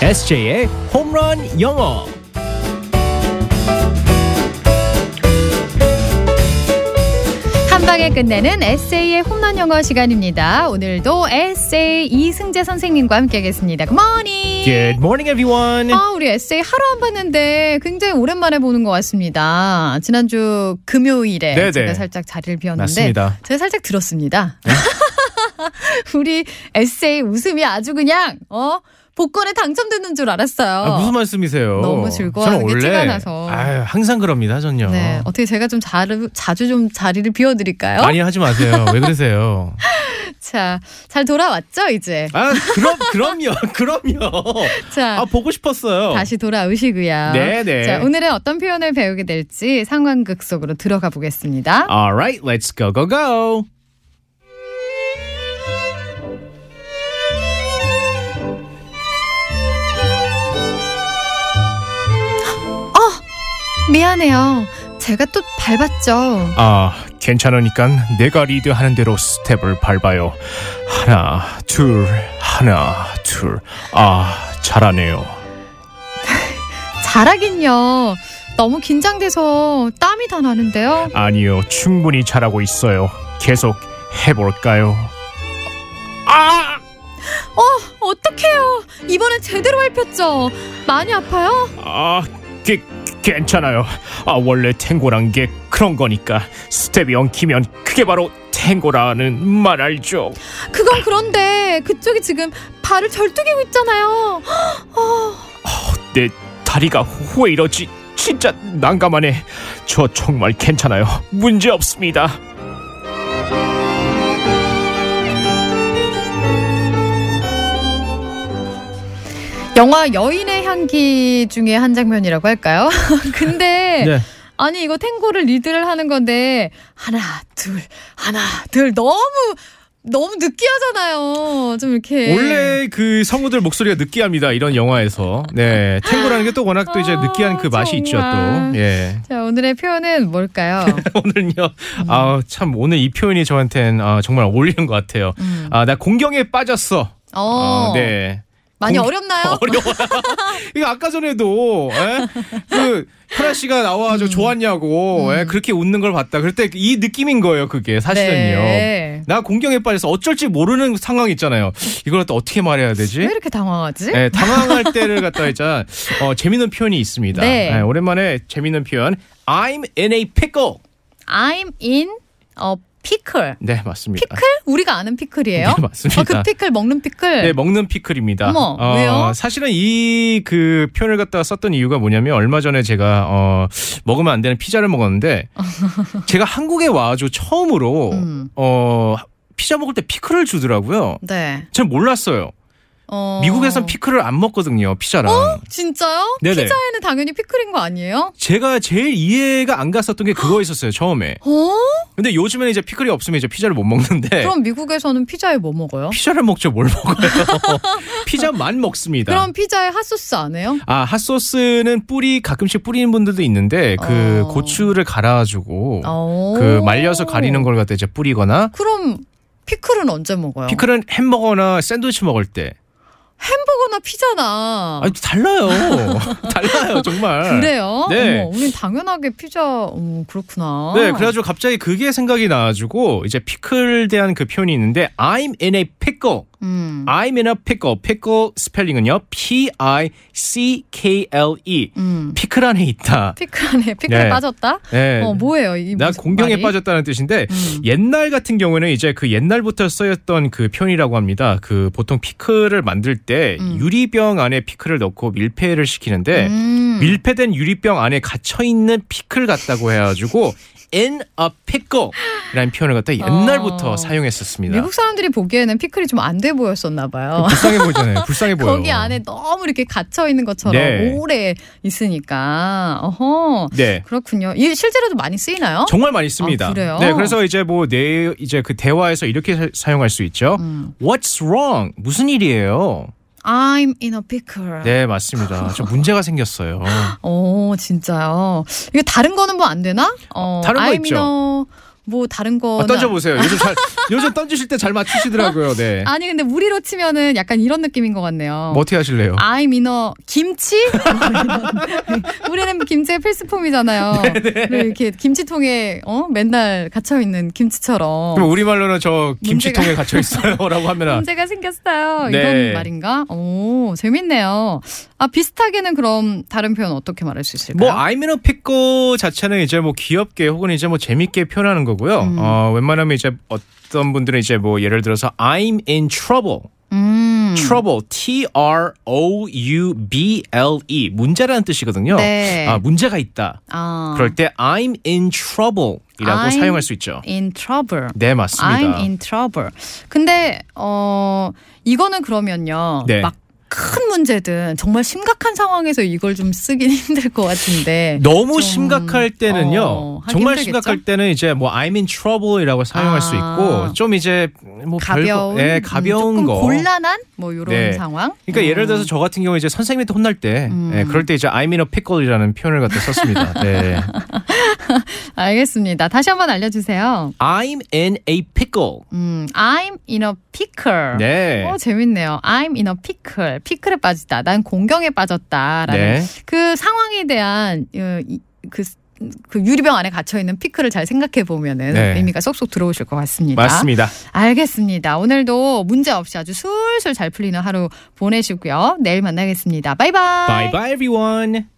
SJ의 홈런 영어. 한 방에 끝내는 에세이의 홈런 영어 시간입니다. 오늘도 에세이 이승재 선생님과 함께하겠습니다. 굿모닝. Good morning, everyone. 아, 우리 에세이 하루 안 봤는데 굉장히 오랜만에 보는 것 같습니다. 지난주 금요일에 네네. 제가 살짝 자리를 비웠는데 맞습니다. 네. 제가 살짝 들었습니다. 우리 에세이 웃음이 아주 그냥 어 복권에 당첨되는 줄 알았어요. 아, 무슨 말씀이세요? 너무 즐거워하는 저는 게 원래 티가 나서. 아유, 항상 그럽니다, 전요. 네, 어떻게 제가 좀 자르, 자주 좀 자리를 비워드릴까요? 많이 하지 마세요. 왜 그러세요? 자, 잘 돌아왔죠 이제. 아, 그럼 그럼요, 그럼요. 자, 아, 보고 싶었어요. 다시 돌아오시고요. 네, 네. 자, 오늘은 어떤 표현을 배우게 될지 상황극 속으로 들어가 아. 보겠습니다. Alright, let's go, go, go. 미안해요. 제가 또 밟았죠. 아, 괜찮으니까 내가 리드하는 대로 스텝을 밟아요. 하나, 둘, 하나, 둘. 아, 잘하네요. 잘하긴요. 너무 긴장돼서 땀이 다 나는데요. 아니요, 충분히 잘하고 있어요. 계속 해볼까요? 아, 어, 어떡해요. 이번엔 제대로 밟혔죠. 많이 아파요? 아, 게, 괜찮아요. 아, 원래 탱고란 게 그런 거니까 스텝이 엉키면 그게 바로 탱고라는 말 알죠? 그건 그런데 그쪽이 지금 발을 절뚝이고 있잖아요. 어, 내 다리가 왜 이러지? 진짜 난감하네. 저 정말 괜찮아요. 문제 없습니다. 영화 여인의 향기 중에 한 장면이라고 할까요? 근데 네. 아니 이거 탱고를 리드를 하는 건데 하나 둘 하나 둘 너무 너무 느끼하잖아요. 좀 이렇게 원래 그 성우들 목소리가 느끼합니다. 이런 영화에서. 네. 탱고라는 게 또 워낙 또 이제 아, 느끼한 그 맛이 있죠, 정말. 또. 예. 자 오늘의 표현은 뭘까요? 오늘요. 음. 아, 참 오늘 이 표현이 저한테는 아, 정말 어울리는 것 같아요. 음. 아, 나 공경에 빠졌어. 어, 어, 네. 많이 공- 어렵나요? 어려워요. 이거 아까 전에도 예? 그 현아 씨가 나와 음. 저 좋았냐고 예? 그렇게 웃는 걸 봤다. 그럴 때 이 느낌인 거예요, 그게 사실은요. 네. 나 공경에 빠져서 어쩔지 모르는 상황 있잖아요. 이걸 또 어떻게 말해야 되지? 왜 이렇게 당황하지? 예, 당황할 때를 갖다 이제 어, 재미있는 표현이 있습니다. 네. 예, 오랜만에 재미있는 표현. I'm in a pickle. I'm in a pickle. 네, 맞습니다. 피클? 우리가 아는 피클이에요? 네, 맞습니다. 어, 그 피클 먹는 피클. 네, 먹는 피클입니다. 어머, 왜요? 사실은 이 그 표현을 갖다가 썼던 이유가 뭐냐면 얼마 전에 제가 어, 먹으면 안 되는 피자를 먹었는데 제가 한국에 와가지고 처음으로 음. 어, 피자 먹을 때 피클을 주더라고요. 네. 전 몰랐어요. 어. 미국에선 피클을 안 먹거든요, 피자랑. 진짜요? 네네. 피자에는 당연히 피클인 거 아니에요? 제가 제일 이해가 안 갔었던 게 그거였었어요, 처음에. 어? 근데 요즘에는 이제 피클이 없으면 이제 피자를 못 먹는데 그럼 미국에서는 피자에 뭐 먹어요? 피자를 먹죠, 뭘 먹어요? 피자만 먹습니다. 그럼 피자에 핫소스 안 해요? 아, 핫소스는 뿌리 가끔씩 뿌리는 분들도 있는데 그 어. 고추를 갈아주고 오. 그 말려서 가리는 걸 갖다 이제 뿌리거나 그럼 피클은 언제 먹어요? 피클은 햄버거나 샌드위치 먹을 때 햄버거나 피자나. 아, 달라요. 달라요, 정말. 어. 그래요? 아, 네. 어머, 우린 당연하게 피자. 음, 그렇구나. 네, 그래가지고 갑자기 그게 생각이 나가지고 이제 피클 대한 그 표현이 있는데 I'm in a pickle. 음. I'm in a pickle. pickle 스펠링은요. P I C K L E. 음. 피클 안에 있다. 피클 안에 피클에 네. 빠졌다? 네. 어, 뭐예요? 이 나 무슨 공경에 말이? 빠졌다는 뜻인데 음. 옛날 같은 경우는 이제 그 옛날부터 쓰였던 그 표현이라고 합니다. 그 보통 피클을 만들 때 음. 유리병 안에 피클을 넣고 밀폐를 시키는데 음. 밀폐된 유리병 안에 갇혀 있는 피클 같다고 해가지고 in a pickle라는 표현을 갖다 옛날부터 어. 사용했었습니다. 미국 사람들이 보기에는 피클이 좀 안 돼 보였었나 봐요. 불쌍해 보이잖아요. 불쌍해 그 보여. 거기 안에 너무 이렇게 갇혀 있는 것처럼 네. 오래 있으니까. 어허. 네. 그렇군요. 이 실제로도 많이 쓰이나요? 정말 많이 씁니다. 아, 그래요? 네, 그래서 이제 뭐 내 이제 그 대화에서 이렇게 사- 사용할 수 있죠. 음. What's wrong? 무슨 일이에요? I'm in a pickle. 네, 맞습니다. 좀 문제가 생겼어요. 오, 진짜요. 이게 다른 거는 뭐 안 되나? 어, 다른 거 I'm 있죠. in a 뭐 다른 거. 아, 던져보세요. 요즘 잘 요즘 던지실 때 잘 맞추시더라고요. 네. 아니 근데 우리로 치면은 약간 이런 느낌인 것 같네요. 뭐 어떻게 하실래요? 아이 미너 김치? 우리는 김치의 필수품이잖아요. 네, 이렇게 김치통에 어? 맨날 갇혀 있는 김치처럼 그럼 우리 말로는 저 김치통에 갇혀 있어요라고 하면 어. 문제가 생겼어요. 네. 이런 말인가? 오 재밌네요. 아 비슷하게는 그럼 다른 표현 어떻게 말할 수 뭐 있을까요? 아이미너 피코 자체는 이제 뭐 귀엽게 혹은 이제 뭐 재밌게 표현하는 거고요. 음. 어, 웬만하면 이제 어떤 분들은 이제 뭐 예를 들어서 I'm in trouble. 음. trouble T R O U B L E 문제라는 뜻이거든요. 네. 아, 문제가 있다. 아. 그럴 때 I'm in trouble이라고 I'm 사용할 수 있죠. in trouble. 네, 맞습니다. I'm in trouble. 근데 어 이거는 그러면요. 네. 막 큰 문제든 정말 심각한 상황에서 이걸 좀 쓰긴 힘들 것 같은데. 너무 네. 좀, 심각할 때는요. 어, 하기 정말 힘들겠죠? 심각할 때는 이제 뭐 I'm in trouble이라고 사용할 수 아. 있고 좀 이제 뭐 가벼운, 별거, 예, 음, 가벼운 조금 거. 곤란한 뭐 이런 네. 상황. 그러니까 어. 예를 들어서 저 같은 경우 이제 선생님한테 혼날 때 음. 예, 그럴 때 이제 I'm in a pickle이라는 표현을 갖다 썼습니다. 네. 알겠습니다. 다시 한번 알려주세요. I'm in a pickle. 음, I'm in a pickle. 네. 어, 재밌네요. I'm in a pickle. 피클에 빠지다. 난 공경에 빠졌다라는 네. 그 상황에 대한 어, 이- 그, 그 유리병 안에 갇혀 있는 피크를 잘 생각해 보면은 네. 의미가 쏙쏙 들어오실 것 같습니다. 맞습니다. 알겠습니다. 오늘도 문제 없이 아주 술술 잘 풀리는 하루 보내시고요. 내일 만나겠습니다. 바이바이. Bye bye everyone.